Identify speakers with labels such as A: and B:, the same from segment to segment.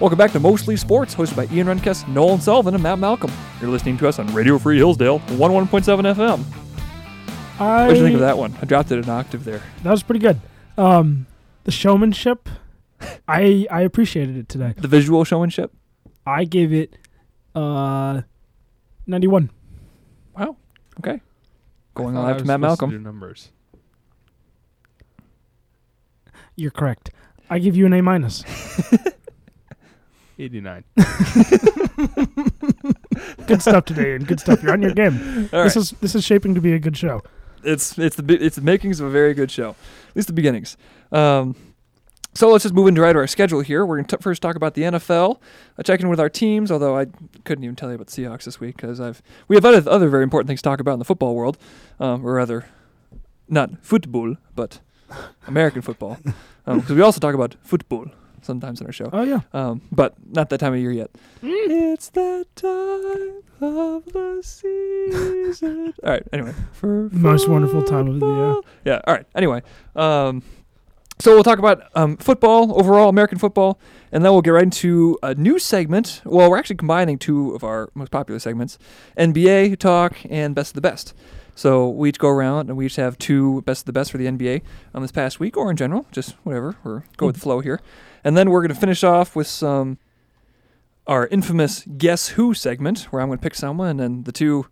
A: Welcome back to Mostly Sports, hosted by Ian Renkes, Nolan Sullivan, and Matt Malcolm. You're listening to us on Radio Free Hillsdale, 101.7 FM.
B: I,
A: What did you think of that one? I dropped it an octave there.
B: That was pretty good. Um, the showmanship, I I appreciated it today.
A: The visual showmanship?
B: I gave it uh, 91.
A: Wow. Okay. Going
C: I
A: on
C: thought I
A: after Matt
C: was supposed to
A: Malcolm.
C: do numbers.
B: You're correct. I give you an A minus.
C: 89.
B: Good stuff today, and good stuff. You're on your game.
A: All right.
B: this is this is shaping to be a good show.
A: it's it's the bi- it's the makings of a very good show, at least the beginnings. Um, so let's just move into right to our schedule here. We're gonna t- first talk about the NFL. I check uh, in with our teams, although I couldn't even tell you about the Seahawks this week because I've we have other other very important things to talk about in the football world, um, or rather, not football but American football, because we also talk about football sometimes in our show.
B: Oh yeah,
A: Um, but not that time of year yet.
B: Mm.
A: It's that time of the season. all right. Anyway, for
B: Most wonderful time of the year.
A: football. Yeah. All right. Anyway, um, so we'll talk about um, football overall, American football, and then we'll get right into a new segment. Well, we're actually combining two of our most popular segments: NBA talk and best of the best. So we each go around and we each have two best of the best for the NBA on um, this past week or in general, just whatever. We're go with the flow here. And then we're going to finish off with some our infamous guess who segment, where I'm going to pick someone, and then the two,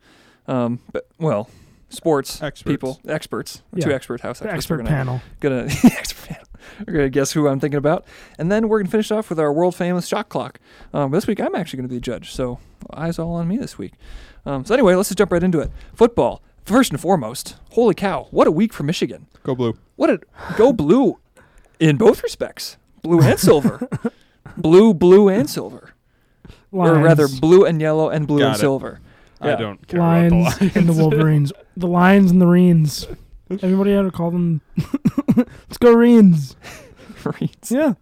A: um, but, well, sports
C: Experts.
A: people, experts, two
B: Yeah.
A: expert house
B: the
A: experts,
B: expert
A: are gonna,
B: panel.
A: gonna, expert panel. We're gonna guess who I'm thinking about, and then we're gonna finish off with our world famous shot clock. Um, this week I'm actually gonna be the judge, so eyes all on me this week. Um, so anyway, let's just jump right into it. Football, first and foremost. Holy cow, what a week for Michigan!
C: Go blue.
A: What a go blue in both respects. Blue and silver. blue, blue and silver. Or
B: Lions.
A: rather blue and yellow and blue
C: Got
A: and
C: it.
A: silver.
C: I
A: Yeah.
C: don't care
B: lions,
C: about the
B: and the Wolverines, the lions and the Reens. Everybody had to call them. Let's go Reens.
A: Reeds.
B: Yeah,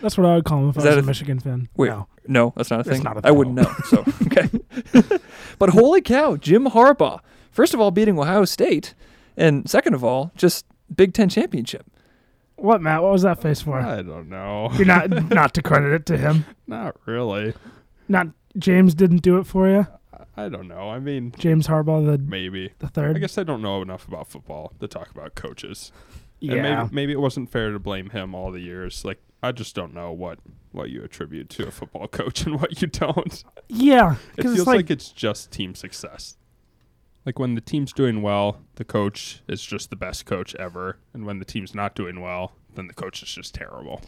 B: that's what I would call them if
A: Is
B: I was
A: that
B: a,
A: a-
B: Michigan fan.
A: Wait.
B: No.
A: No, that's not a
B: That's
A: thing.
B: not a
A: I wouldn't know. So okay. but holy cow, Jim Harbaugh. First of all beating Ohio State and second of all, just Big Ten Championship.
B: What Matt? What was that face for?
A: Uh,
C: I don't know.
B: You're not not to credit it to him.
C: Not really.
B: Not James didn't do it for you.
C: I- I don't know. I mean,
B: James Harbaugh the
C: maybe.
B: the
C: I
B: third.
C: guess I don't know enough about football to talk about coaches.
B: yeah.
C: And maybe, maybe it wasn't fair to blame him all the years. Like, I just don't know what, what you attribute to a football coach and what you don't.
B: Yeah,
C: It
B: because
C: feels
B: it's
C: like,
B: like,
C: it's just team success. Like when the team's doing well, the coach is just the best coach ever, and when the team's not doing well, then the coach is just terrible.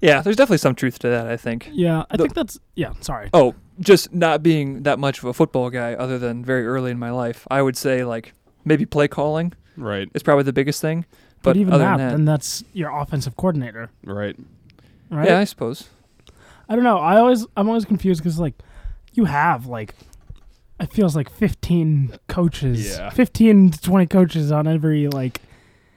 A: Yeah, there's definitely some truth to that, I think.
B: yeah. I
A: the-
B: think that's yeah. Sorry.
A: Oh, just not being that much of a football guy other than very early in my life. I would say like maybe play calling
C: Right,
A: is probably the biggest thing. But,
B: but even
A: other
B: that,
A: than
B: then that's your offensive coordinator,
C: right.
B: right?
A: yeah, I suppose.
B: I don't know. I always I'm always confused because like you have like it feels like 15 coaches,
C: Yeah.
B: 15 to 20 coaches on every like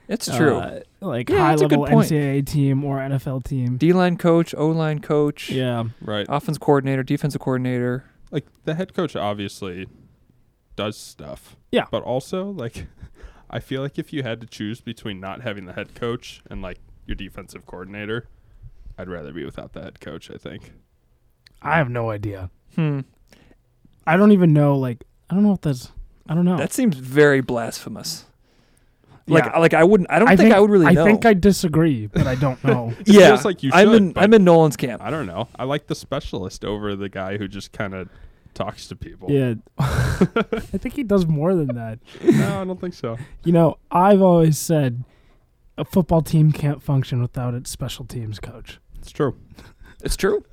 A: It's true.
B: uh, like
A: Yeah,
B: high
A: that's a good
B: level
A: point.
B: NCAA team or NFL team.
A: D line coach, O line coach,
B: Yeah,
C: Right.
A: offense coordinator, defensive coordinator.
C: Like the head coach obviously does stuff.
B: Yeah.
C: But also, like I feel like if you had to choose between not having the head coach and like your defensive coordinator, I'd rather be without the head coach, I think.
B: I have no idea.
A: Hmm.
B: I don't even know. Like I don't know if that's. I don't know.
A: That seems very blasphemous. Like,
B: Yeah.
A: like I wouldn't. I don't think, I would really know.
B: I think I disagree, but I don't know.
C: It
A: yeah,
C: feels like you
A: I'm
C: should,
A: in.
C: but-
A: I'm in Nolan's camp.
C: I don't know. I like the specialist over the guy who just kind of talks to people.
B: yeah, I think he does more than that.
C: no, I don't think so.
B: You know, I've always said a football team can't function without its special teams coach.
C: It's true.
A: It's true.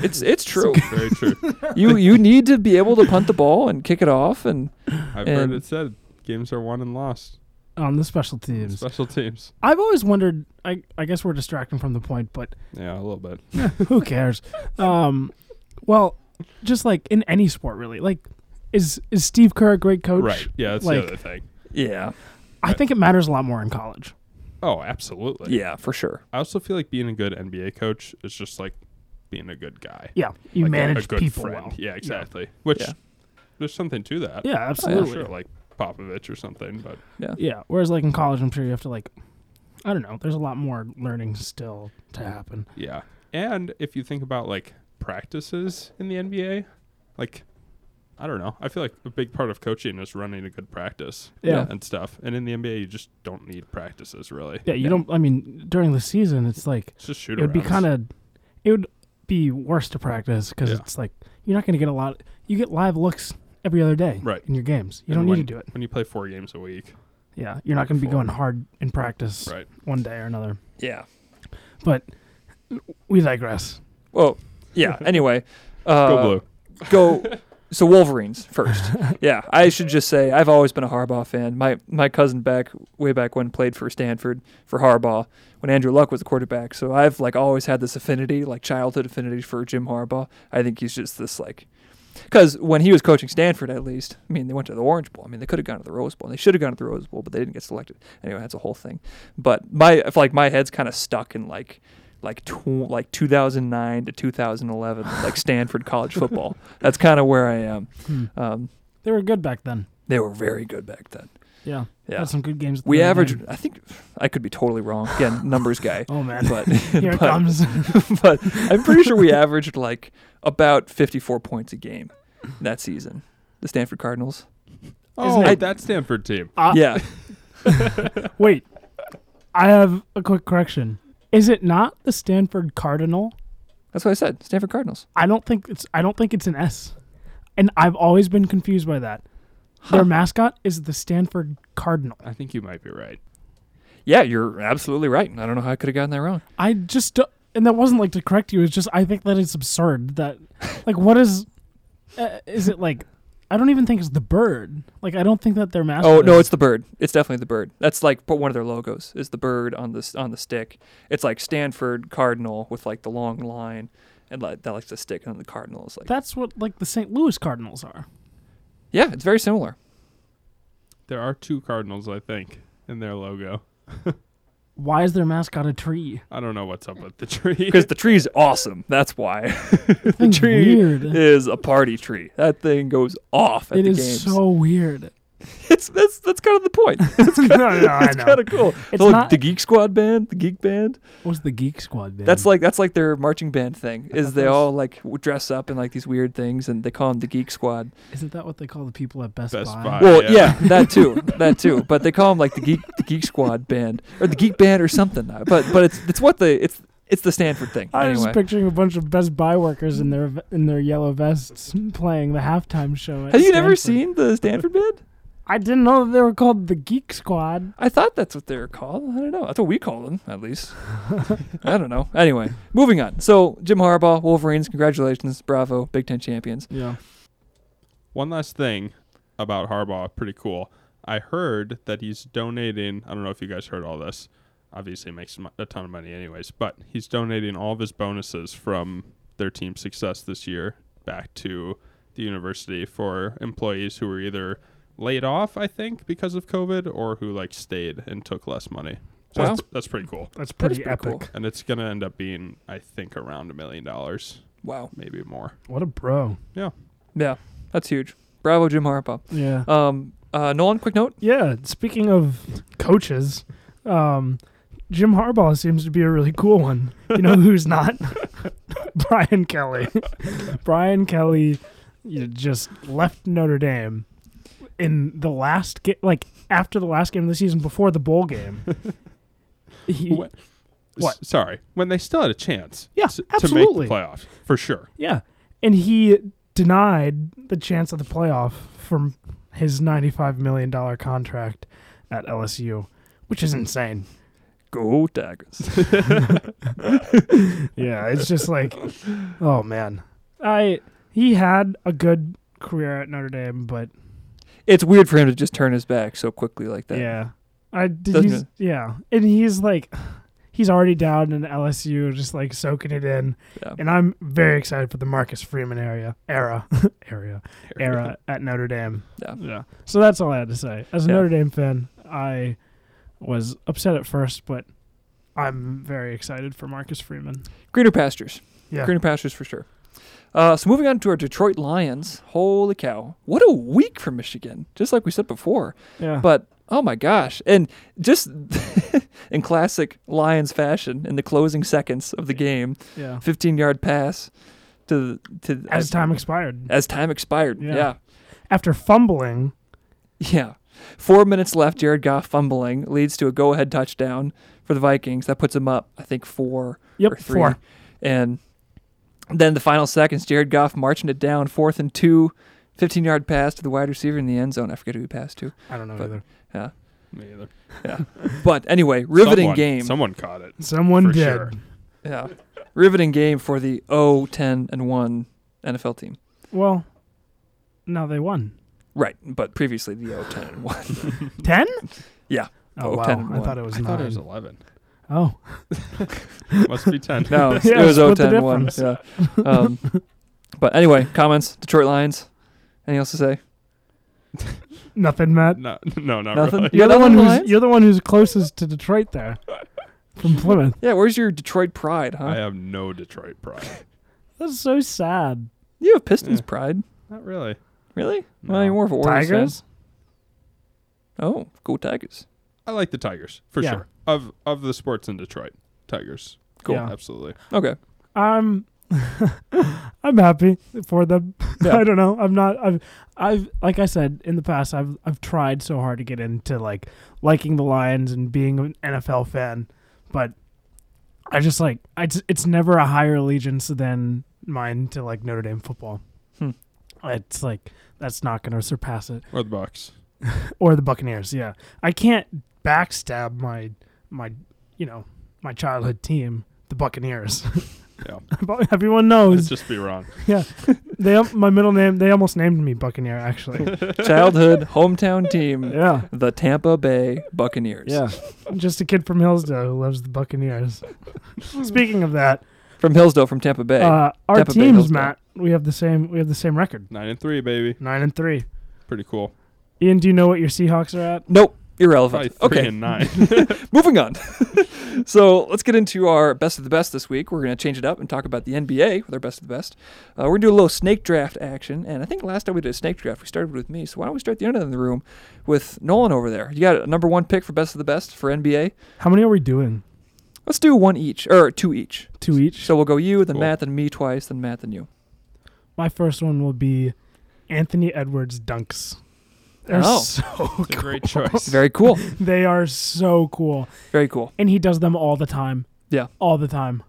A: It's it's true.
C: Very true.
A: you you need to be able to punt the ball and kick it off, and
C: I've
A: And-
C: heard it said games are won and lost.
B: On um, the special teams,
C: Special teams.
B: I've always wondered. I I guess we're distracting from the point, but
C: Yeah, a little bit.
B: who cares? um, well, just like in any sport, really. Like, is is Steve Kerr a great coach?
C: Right. Yeah, that's
B: like-
C: the other thing.
A: yeah,
B: I think it matters a lot more in college.
C: Oh, absolutely.
A: yeah, for sure.
C: I also feel like being a good NBA coach is just like being a good guy.
B: Yeah, you
C: Like a-
B: manage
C: a, good
B: people
C: friend.
B: well.
C: Yeah, exactly. Which
A: Yeah.
C: there's something to that.
B: Yeah,
C: For
B: absolutely.
C: sure, like Popovich or something, but
B: Yeah. Whereas like in college, I'm sure you have to like, I don't know. There's a lot more learning still to happen.
C: yeah. And if you think about like practices in the NBA. Like, I don't know. I feel like a big part of coaching is running a good practice
B: Yeah.
C: and stuff. And in the NBA, you just don't need practices really.
B: Yeah, you
A: Yeah.
B: don't. I mean, during the season, it's like
C: It's just shoot
B: it would be
C: arounds.
B: kind of, it would be worse to practice because
C: Yeah.
B: it's like you're not going to get a lot. You get live looks every other day,
C: Right.
B: In your games, you
C: And
B: don't
C: when,
B: need to do it.
C: when you play four games a week.
B: Yeah, you're not going to be
C: Four.
B: going hard in practice
C: Right.
B: one day or another.
A: Yeah.
B: But we digress.
A: Well, yeah. Anyway, uh,
C: Go blue.
A: go so Wolverines first. yeah, I should just say I've always been a Harbaugh fan. My my cousin back way back when played for Stanford for Harbaugh when Andrew Luck was the quarterback. So I've like always had this affinity, like childhood affinity for Jim Harbaugh. I think he's just this like because when he was coaching Stanford, at least, I mean, they went to the Orange Bowl. I mean, they could have gone to the Rose Bowl. And they should have gone to the Rose Bowl, but they didn't get selected. Anyway, that's a whole thing. But my if, like my head's kind of stuck in like like tw- like 2009 to 2011, like Stanford college football. That's kind of where I am.
B: Hmm.
A: Um,
B: They were good back then.
A: they were very good back then.
B: Yeah,
A: Yeah,
B: had some good games. at the
A: we
B: beginning.
A: averaged. I think I could be totally wrong. Again, numbers guy.
B: Oh man,
A: But
B: here it
A: but-
B: comes.
A: but I'm pretty sure we averaged like about 54 points a game that season. The Stanford Cardinals.
C: Oh,
A: it-
C: that Stanford team.
B: Uh,
A: yeah,
B: Wait, I have a quick correction. Is it not the Stanford Cardinal?
A: that's what I said. Stanford Cardinals.
B: I don't think it's. I don't think it's an S, and I've always been confused by that. Their mascot is the Stanford Cardinal.
C: I think you might be right.
A: Yeah, you're absolutely right. I don't know how I could have gotten that wrong.
B: I just don't, and that wasn't like to correct you. It's just I think that it's absurd that like what is uh, is it like I don't even think it's the bird. Like I don't think that their mascot.
A: Oh
B: is-
A: no, it's the bird. It's definitely the bird. That's like put one of their logos is the bird on this on the stick. It's like Stanford Cardinal with like the long line, and like that like the stick on the Cardinal is like.
B: that's what like the St. Louis Cardinals are.
A: yeah, it's very similar.
C: There are two Cardinals, I think, in their logo.
B: Why is their mascot a tree?
C: I don't know what's up with the tree.
A: Because the tree's awesome. That's why the
B: Thing's
A: tree
B: weird.
A: is a party tree. That thing goes off at
B: It
A: the
B: is
A: games.
B: so weird.
A: it's that's that's kind of the point.
B: no, no, no, I
A: It's
B: know.
A: kind of cool.
B: It's
A: the,
B: not-
A: the Geek Squad band, the Geek Band.
B: What's the Geek Squad? Band?
A: That's like that's like their marching band thing. Is
B: thought
A: they
B: that was-
A: all like w- dress up in like these weird things, and they call them the Geek Squad.
B: Isn't that what they call the people at Best,
C: Best
B: Buy?
C: Buy.
A: Well,
C: yeah.
A: yeah. that too, that too. But they call them like the geek, the geek squad band, or the geek band, or something. Uh, But but it's it's what the it's it's the Stanford thing.
B: I was
A: Anyway,
B: just picturing a bunch of Best Buy workers in their in their yellow vests playing the halftime show. At
A: have you never
B: Stanford.
A: seen the Stanford band?
B: I didn't know that they were called the Geek Squad.
A: I thought that's what they were called. I don't know. That's what we call them, at least. I don't know. Anyway, moving on. So Jim Harbaugh, Wolverines, congratulations, bravo, Big Ten champions.
B: Yeah.
C: One last thing about Harbaugh, pretty cool. I heard that he's donating. I don't know if you guys heard all this. Obviously, he makes mo- a ton of money, anyways. But he's donating all of his bonuses from their team's success this year back to the university for employees who were either laid off, I think, because of COVID, or who like stayed and took less money. So
A: Wow.
C: that's, that's pretty cool.
B: That's
A: That is pretty cool.
C: And it's gonna end up being, I think, around a million dollars,
A: Wow.
C: maybe more.
B: What a bro.
A: Yeah, that's huge. Bravo, Jim Harbaugh.
B: Yeah.
A: Um, uh, Nolan, quick note.
B: yeah. Speaking of coaches, um, Jim Harbaugh seems to be a really cool one. You know who's not? Brian Kelly. Brian Kelly you just left Notre Dame in the last game, like after the last game of the season, before the bowl game. He-
C: What?
B: What?
C: S- sorry, when they still had a chance.
B: Yeah,
C: s- To
B: absolutely.
C: make the playoffs for sure.
B: Yeah. And he denied the chance of the playoff from his $95 million contract at LSU, which is insane.
A: Go Tigers.
B: Yeah, it's just like, oh, man. I He had a good career at Notre Dame, but
A: it's weird for him to just turn his back so quickly like that.
B: yeah. I did
A: Doesn't
B: he's,
A: it?
B: yeah. And he's like he's already down in LSU just like soaking it in.
A: Yeah.
B: And I'm very excited for the Marcus Freeman area era area era at Notre Dame.
A: Yeah.
B: yeah. So that's all I had to say. As a
A: Yeah.
B: Notre Dame fan, I was upset at first, but I'm very excited for Marcus Freeman.
A: Greener pastures.
B: Yeah.
A: Greener pastures for sure. Uh, so moving on to our Detroit Lions. Holy cow. What a week for Michigan. Just like we said before.
B: Yeah.
A: But oh my gosh. And just in classic Lions fashion in the closing seconds of the game,
B: yeah.
A: 15 yard pass to to
B: as time expired.
A: as time expired.
B: Yeah.
A: yeah.
B: After fumbling,
A: Yeah. Four minutes left. Jared Goff fumbling leads to a go ahead touchdown for the Vikings. That puts them up, I think, four
B: Yep,
A: or three.
B: four.
A: And then the final seconds, Jared Goff marching it down, fourth and two, 15 yard pass to the wide receiver in the end zone. I forget who he passed to.
B: I don't know
A: But-
B: either.
A: Yeah.
C: Me either.
A: But anyway, riveting
C: Someone-
A: game.
C: Someone caught it.
B: Someone
C: For
B: did.
C: sure.
A: Yeah. riveting game for the 0 10 and 1 NFL team.
B: Well, no, they won.
A: Right. But previously, the 0 10 and 1.
B: Ten?
A: Yeah.
B: Oh,
A: Oh,
B: wow.
A: 10 and
B: I
A: one.
B: thought it was
C: I
B: nine.
C: thought it was 11.
B: oh,
C: Must be 10.
A: No, it's-
B: Yeah,
A: it was 0
B: split the
A: 10 and 1. Yeah. Um, but anyway, comments, Detroit Lions. Anything else to say?
B: nothing, Matt.
C: no, no, not
A: Nothing?
C: really.
A: You
B: You're
A: got
B: the one
A: nothing,
B: who's
A: Lions?
B: you're the one who's closest to Detroit there, from Plymouth.
A: Yeah, where's your Detroit pride, huh?
C: I have no Detroit pride.
B: That's so sad.
A: You have Pistons
C: Yeah.
A: pride,
C: not really.
A: really?
C: Mm. No.
A: Well, you're more of a Warriors fan.
B: Tigers.
A: Oh, go Tigers!
C: I like the Tigers for
B: Yeah.
C: sure. Of of the sports in Detroit, Tigers.
A: Cool.
B: Yeah.
C: Absolutely.
A: Okay,
B: I'm I'm happy for them.
A: Yeah.
B: I don't know. I'm not I've I've like I said in the past I've I've tried so hard to get into like liking the Lions and being an NFL fan, but I just like I just, it's never a higher allegiance than mine to like Notre Dame football.
A: Hmm.
B: It's like that's not going to surpass it
C: Or the Bucks.
B: or the Buccaneers. Yeah, I can't backstab my my you know my childhood team, the Buccaneers.
C: Yeah.
B: Everyone knows
C: Let's just be wrong.
B: they my middle name they almost named me Buccaneer actually.
A: childhood hometown team,
B: yeah.
A: the Tampa Bay Buccaneers.
B: Just a kid from Hillsdale who loves the Buccaneers. Speaking of that,
A: from Hillsdale, from Tampa Bay.
B: uh, our
A: Tampa Bay
B: teams,
A: Hillsdale.
B: Matt, we have the same we have the same record.
C: Nine and three, baby.
B: Nine and three.
C: Pretty cool.
B: Ian, do you know what your Seahawks are at?
A: nope,
C: Probably
A: irrelevant.
C: three
A: Okay,
C: and nine.
A: moving on. so let's get into our best of the best this week. We're going to change it up and talk about the NBA with our best of the best. Uh, we're going to do a little snake draft action. And I think last time we did a snake draft, we started with me. So why don't we start the end of the room with Nolan over there? You got a number one pick for best of the best for NBA.
B: How many are we doing?
A: Let's do one each, or two each.
B: Two each.
A: So we'll go you, then
C: Cool.
A: Matt, then me twice, then Matt, then you.
B: My first one will be Anthony Edwards dunks. They're
A: Oh.
B: so
C: It's a great choice.
A: Very cool.
B: they are so cool.
A: Very cool.
B: and he does them all the time.
A: Yeah.
B: all the time.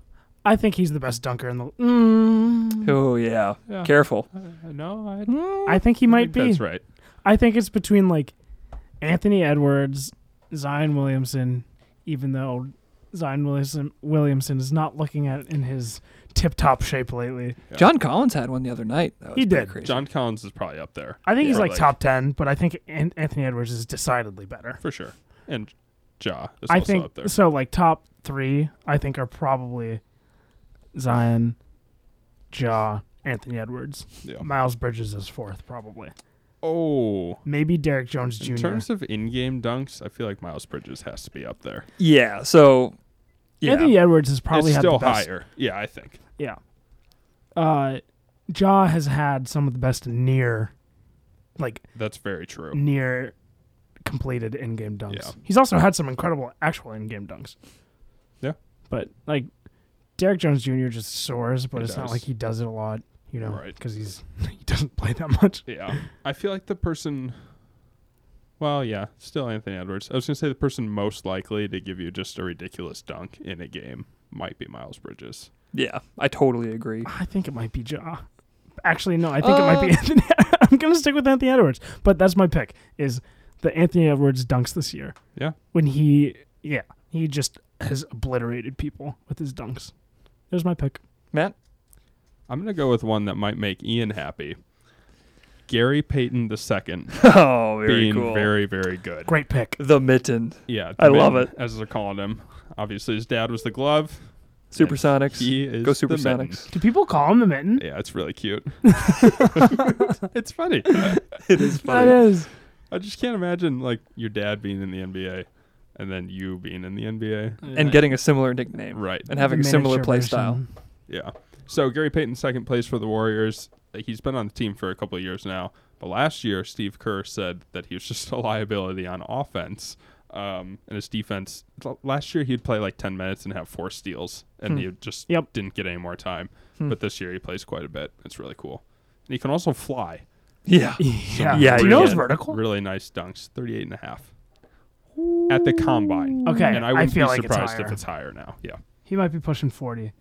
B: I think he's the best dunker in the. Mm,
A: Oh, yeah.
C: Yeah.
A: Careful.
C: Uh, no, I
B: I think he might be.
C: That's right.
B: I think it's between like Anthony Edwards, Zion Williamson, even though Zion Williamson Williamson is not looking at it in his tip top shape lately.
C: Yeah.
A: John Collins had one the other night. That was
B: He
A: pretty
B: did.
A: Crazy.
C: John Collins is probably up there
B: I think he's
C: Yeah.
B: like
C: Like-
B: top ten, but I think An- Anthony Edwards is decidedly better.
C: for sure. And Ja is
B: I
C: also
B: think
C: up there.
B: so. Like top three, I think are probably Zion, Ja, Anthony Edwards.
C: Yeah.
B: Miles Bridges is fourth, probably.
C: Oh.
B: Maybe Derek Jones
C: In
B: Jr.
C: terms of in-game dunks, I feel like Miles Bridges has to be up there.
A: Yeah. So, yeah.
B: Anthony Edwards has probably
C: it's
B: had
C: still
B: the best.
C: higher. Yeah, I think.
B: Yeah. Uh, Jaw has had some of the best near, like
C: That's very
B: Mm.
C: true.
B: near completed in-game dunks.
C: Yeah.
B: He's also had some incredible actual in-game dunks.
C: Yeah.
B: But like Derek Jones Jr. just soars, but
C: He
B: it's not
C: does.
B: like he does it a lot, you know,
C: Right.
B: because he's he doesn't play that much.
C: Yeah. I feel like the person well, yeah, still Anthony Edwards. I was gonna say the person most likely to give you just a ridiculous dunk in a game might be Miles Bridges.
A: Yeah. I totally agree.
B: I think it might be Jaw. Actually, no, I think it might be
A: Uh,
B: Anthony. I'm gonna stick with Anthony Edwards, but that's my pick. Is the Anthony Edwards dunks this year?
C: Yeah.
B: When he, yeah, he just has obliterated people with his dunks. There's my pick.
A: Matt?
C: I'm gonna go with one that might make Ian happy. Gary Payton II
A: Oh, very
C: being
A: cool.
C: very, very good.
B: Great pick.
A: the mitten.
C: Yeah,
A: I love
C: Mitten,
A: it.
C: As they're calling him, obviously his dad was the glove.
A: Supersonics.
C: He is
A: Go
C: the Mitten.
A: Supersonics.
B: Do people call him the mitten?
C: Yeah, it's really cute. it's funny.
A: it is
B: That is.
C: I just can't imagine like your dad being in the NBA and then you being in the NBA.
A: And getting a similar nickname.
C: Right.
A: And having a
B: The
A: similar
B: miniature
A: play
B: version.
A: style.
C: Yeah. So Gary Payton, second place for the Warriors. He's been on the team for a couple of years now. But last year, Steve Kerr said that he was just a liability on offense Um, and his defense l- last year he'd play like ten minutes and have four steals, and
A: Hmm.
C: he just
B: Yep.
C: didn't get any more time.
A: Hmm.
C: But this year he plays quite a bit. It's really cool. And he can also fly.
A: Yeah.
B: Yeah.
A: Yeah,
B: Do you
A: yeah.
B: know his
A: Yeah.
B: vertical?
C: Really nice dunks, 38 and a half at the combine.
B: Okay.
C: And I wouldn't
B: feel
C: be
B: like it's
C: surprised
B: higher.
C: if it's higher now. Yeah.
B: He might be pushing 40.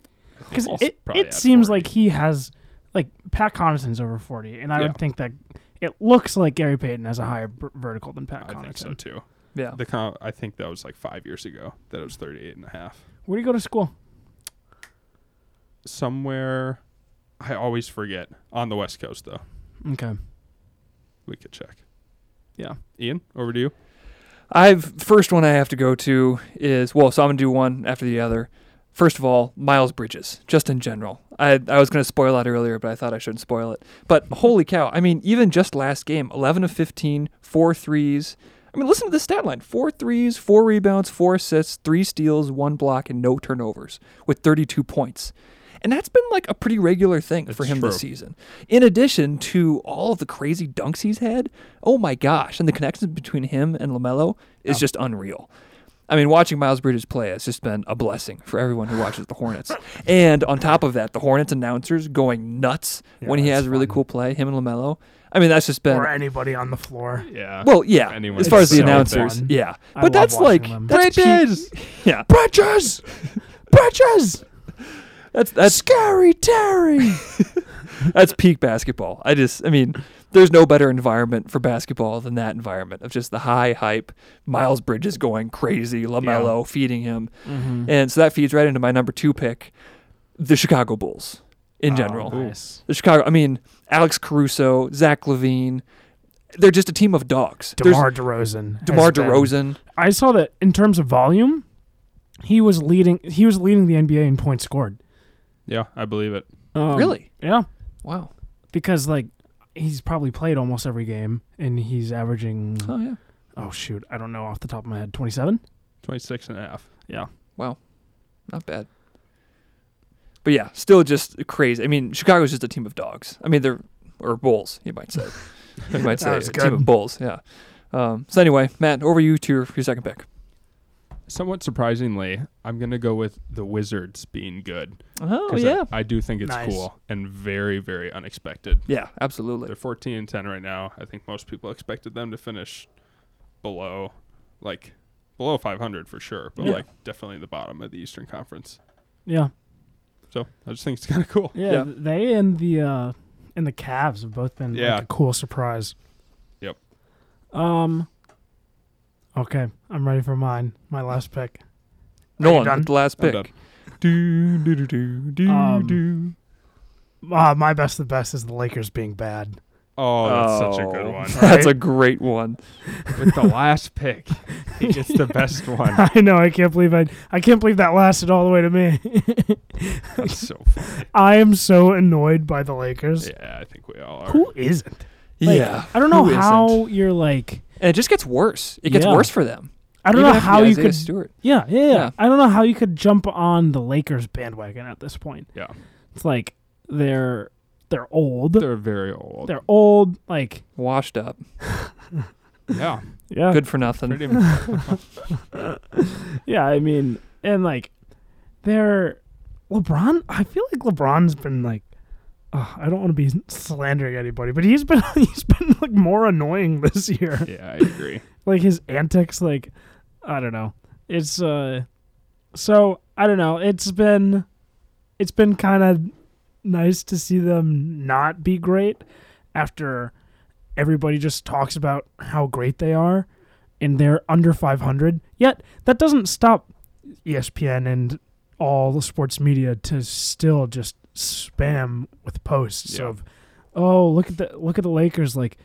B: Because
C: I'll s-
B: it,
C: probably
B: it
C: add
B: seems
C: 40.
B: like he has, like, Pat Connaughton's over 40, and I
C: Yeah.
B: would think that it looks like Gary Payton has a higher b- vertical than Pat
C: I
B: Connaughton.
C: think so too.
A: Yeah.
C: The com- I think that was like five years ago that it was 38 and a half.
B: Where do you go to school?
C: Somewhere, I always forget, on the West Coast though.
B: Okay.
C: We could check.
B: Yeah.
C: Ian, over to you.
A: I've first one I have to go to is well, so I'm gonna do one after the other. First of all, Miles Bridges, just in general. I I was gonna spoil that earlier, but I thought I shouldn't spoil it. But holy cow! I mean, even just last game, 11 of 15, four threes. I mean, listen to this stat line: four threes, four rebounds, four assists, three steals, one block, and no turnovers with 32 points. And that's been like a pretty regular thing for
C: It's
A: him this
C: true.
A: season. In addition to all of the crazy dunks he's had, oh my gosh! And the connection between him and Lamelo is just unreal. I mean, watching Miles Bridges play has just been a blessing for everyone who watches the Hornets. and on top of that, the Hornets announcers going nuts
B: Yeah,
A: when he
B: that's
A: has a really
B: fun.
A: cool play, him and LaMelo. I mean, that's just been.
B: or anybody on the floor.
C: Yeah.
A: Well, yeah.
C: Anyone
A: as far as the
C: is so
A: announcers,
B: fun.
A: yeah.
B: I
A: But
B: love
A: that's
B: watching
A: like
B: them.
A: that's peak- yeah.
B: Bridges! Bridges!
A: That's that's scary Terry. that's peak basketball. I just I mean, there's no better environment for basketball than that environment of just the high hype, Miles Bridges going crazy, LaMelo feeding him.
B: Mm-hmm.
A: And so that feeds right into my number 2 pick, the Chicago Bulls in general.
B: nice.
A: The Chicago, I mean, Alex Caruso, Zach Levine, they're just a team of dogs. There's
B: DeMar DeRozan. has
A: DeMar
B: been-
A: DeRozan.
B: I saw that in terms of volume, he was leading. He was leading the NBA in points scored.
C: yeah, I believe it.
B: Um,
A: Really?
B: Yeah,
A: Wow.
B: because like he's probably played almost every game, and he's averaging.
A: Oh yeah.
B: Oh shoot, I don't know off the top of my head. Twenty-seven.
C: 26 and a half.
A: Not bad. But yeah, still just crazy. I mean, Chicago's just a team of dogs. I mean, they're or bulls, you might say. you might say
B: That
A: a
B: was
A: team of
B: good.
A: bulls. Yeah. Um, so anyway, Matt, over you to your, your second pick.
C: Somewhat surprisingly, I'm going to go with the Wizards being good.
A: Oh
C: 'Cause I- I, do think it's
B: Nice.
C: cool and very, very unexpected.
A: yeah, absolutely.
C: They're 14 and 10 right now. I think most people expected them to finish below, like, below 500 for sure, but
B: Yeah.
C: like definitely the bottom of the Eastern Conference.
B: Yeah.
C: So I just think it's kind of cool.
B: yeah,
A: Yeah.
B: They and the uh and the Cavs have both been
C: Yeah.
B: like a cool surprise.
C: Yep.
B: Um. Okay, I'm ready for mine. My last pick.
A: No
B: you
A: one
B: done?
A: with the last
C: I'm
A: pick. Do, do, do, do, do,
B: Um,
A: do.
B: Uh, my best, of the best is the Lakers being bad.
C: Oh, that's such a
A: Oh,
C: good one.
A: That's
B: right?
A: a great one.
C: With the last pick, he gets the best one.
B: I know. I can't believe I. I can't believe that lasted all the way to me.
C: That's so funny.
B: I am so annoyed by the Lakers.
C: Yeah, I think we all are.
B: Who isn't? Like,
A: yeah.
B: I don't know
A: who isn't?
B: how you're like.
A: And it just gets worse. It gets
B: Yeah.
A: worse for them.
B: I don't know how you could.
A: Stewart.
B: Yeah, yeah, yeah,
A: Yeah.
B: I don't know how you could jump on the Lakers bandwagon at this point.
C: Yeah.
B: It's like they're they're old. They're,
C: They're very old.
B: old. Like
A: Washed up.
C: yeah,
B: yeah,
A: Good for nothing.
C: pretty much.
B: yeah. I mean, and like they're LeBron. I feel like LeBron's been like. ugh, I don't want to be slandering anybody, but he's been he's been like more annoying this year.
C: Yeah, I agree.
B: like his antics like i don't know it's uh so i don't know it's been it's been kind of nice to see them not be great after everybody just talks about how great they are and they're under 500 yet that doesn't stop E espn and all the sports media to still just spam with posts
C: Yeah.
B: of oh look at the look at the lakers like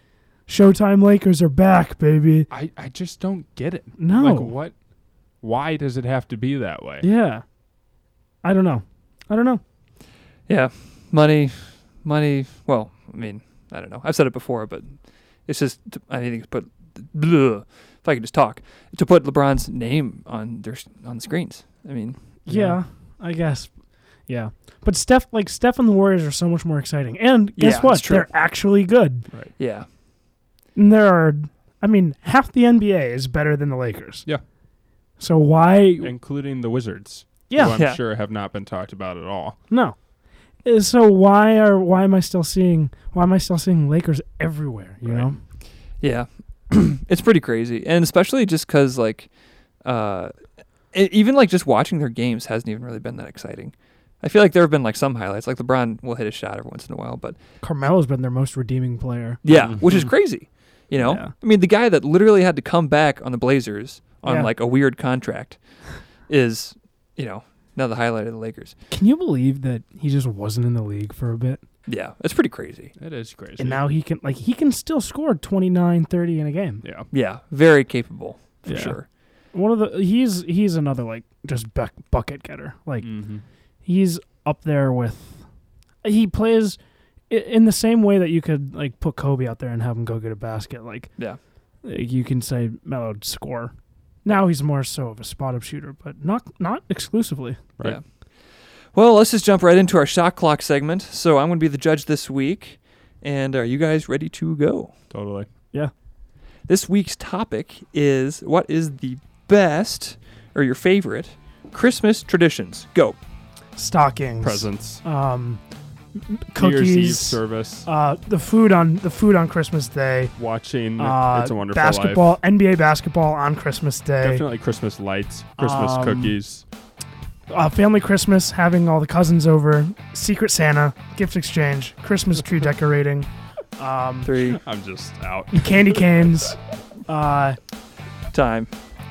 B: showtime lakers are back baby
C: I, I just don't get it.
B: No.
C: Like what? Why does it have to be that way?
B: Yeah. I don't know. I don't know.
A: Yeah, money, money. Well, I mean, I don't know. I've said it before, but it's just I need to put. Blah, if I could just talk to put LeBron's name on their on the screens. I mean,
B: Yeah, I guess. Yeah. But Steph like Steph and the Warriors are so much more exciting. And guess
A: Yeah,
B: what?
A: that's true.
B: They're actually good.
A: yeah,
B: And there are I mean, half the NBA is better than the Lakers.
C: Yeah.
B: So why?
C: including the Wizards. who
B: Yeah.
C: I'm
A: Yeah.
C: sure have not been talked about at all.
B: No. Uh, So why are why am I still seeing why am I still seeing Lakers everywhere? You
C: Right.
B: know.
A: Yeah, it's pretty crazy, and especially just because like, uh, e- even like just watching their games hasn't even really been that exciting. I feel like there have been like some highlights, like LeBron will hit a shot every once in a while, but
B: Carmelo's been their most redeeming player.
A: yeah, which is
C: Mhm.
A: crazy. You know,
B: Mm-hmm. Yeah.
A: I mean, the guy that literally had to come back on the Blazers on
B: Yeah.
A: like a weird contract is, you know, now the highlight of the Lakers.
B: Can you believe that he just wasn't in the league for a bit?
A: Yeah, it's pretty crazy.
C: It is crazy.
B: And now he can like he can still score 29 30 in a game.
C: yeah,
A: Yeah, very capable for
B: Yeah.
A: sure.
B: One of the he's he's another like just buck bucket getter. Like
C: Mhm.
B: he's up there with he plays i- in the same way that you could like put Kobe out there and have him go get a basket like
A: Yeah.
B: like, you can say Melo score now he's more so of a spot up shooter but not not exclusively
C: right.
A: Yeah. Well, let's just jump right into our shot clock segment. So I'm going to be the judge this week, and are you guys ready to go?
C: Totally.
A: This week's topic is what is the best or your favorite Christmas traditions? Go.
B: stockings
C: Presents.
B: um m-
C: New Year's Eve
B: cookies
C: service.
B: uh the food on the food on Christmas day
C: watching
B: uh,
C: Mm, It's a Wonderful Life.
B: basketball NBA basketball on Christmas day
C: Definitely Christmas lights, Christmas
B: Um,
C: cookies.
B: uh, family Christmas, having all the cousins over, Secret Santa, gift exchange, Christmas tree decorating, um,
A: Three.
C: I'm just out.
B: candy canes. Uh,
A: Time.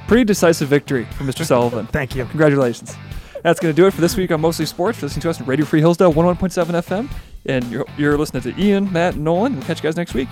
A: Pretty decisive victory for Mr. Sullivan.
B: thank you.
A: Congratulations. That's going to do it for this week on Mostly Sports. You're listening to us on Radio Free Hillsdale 101.7 FM. And you're, you're listening to Ian, Matt, and Nolan. We'll catch you guys next week.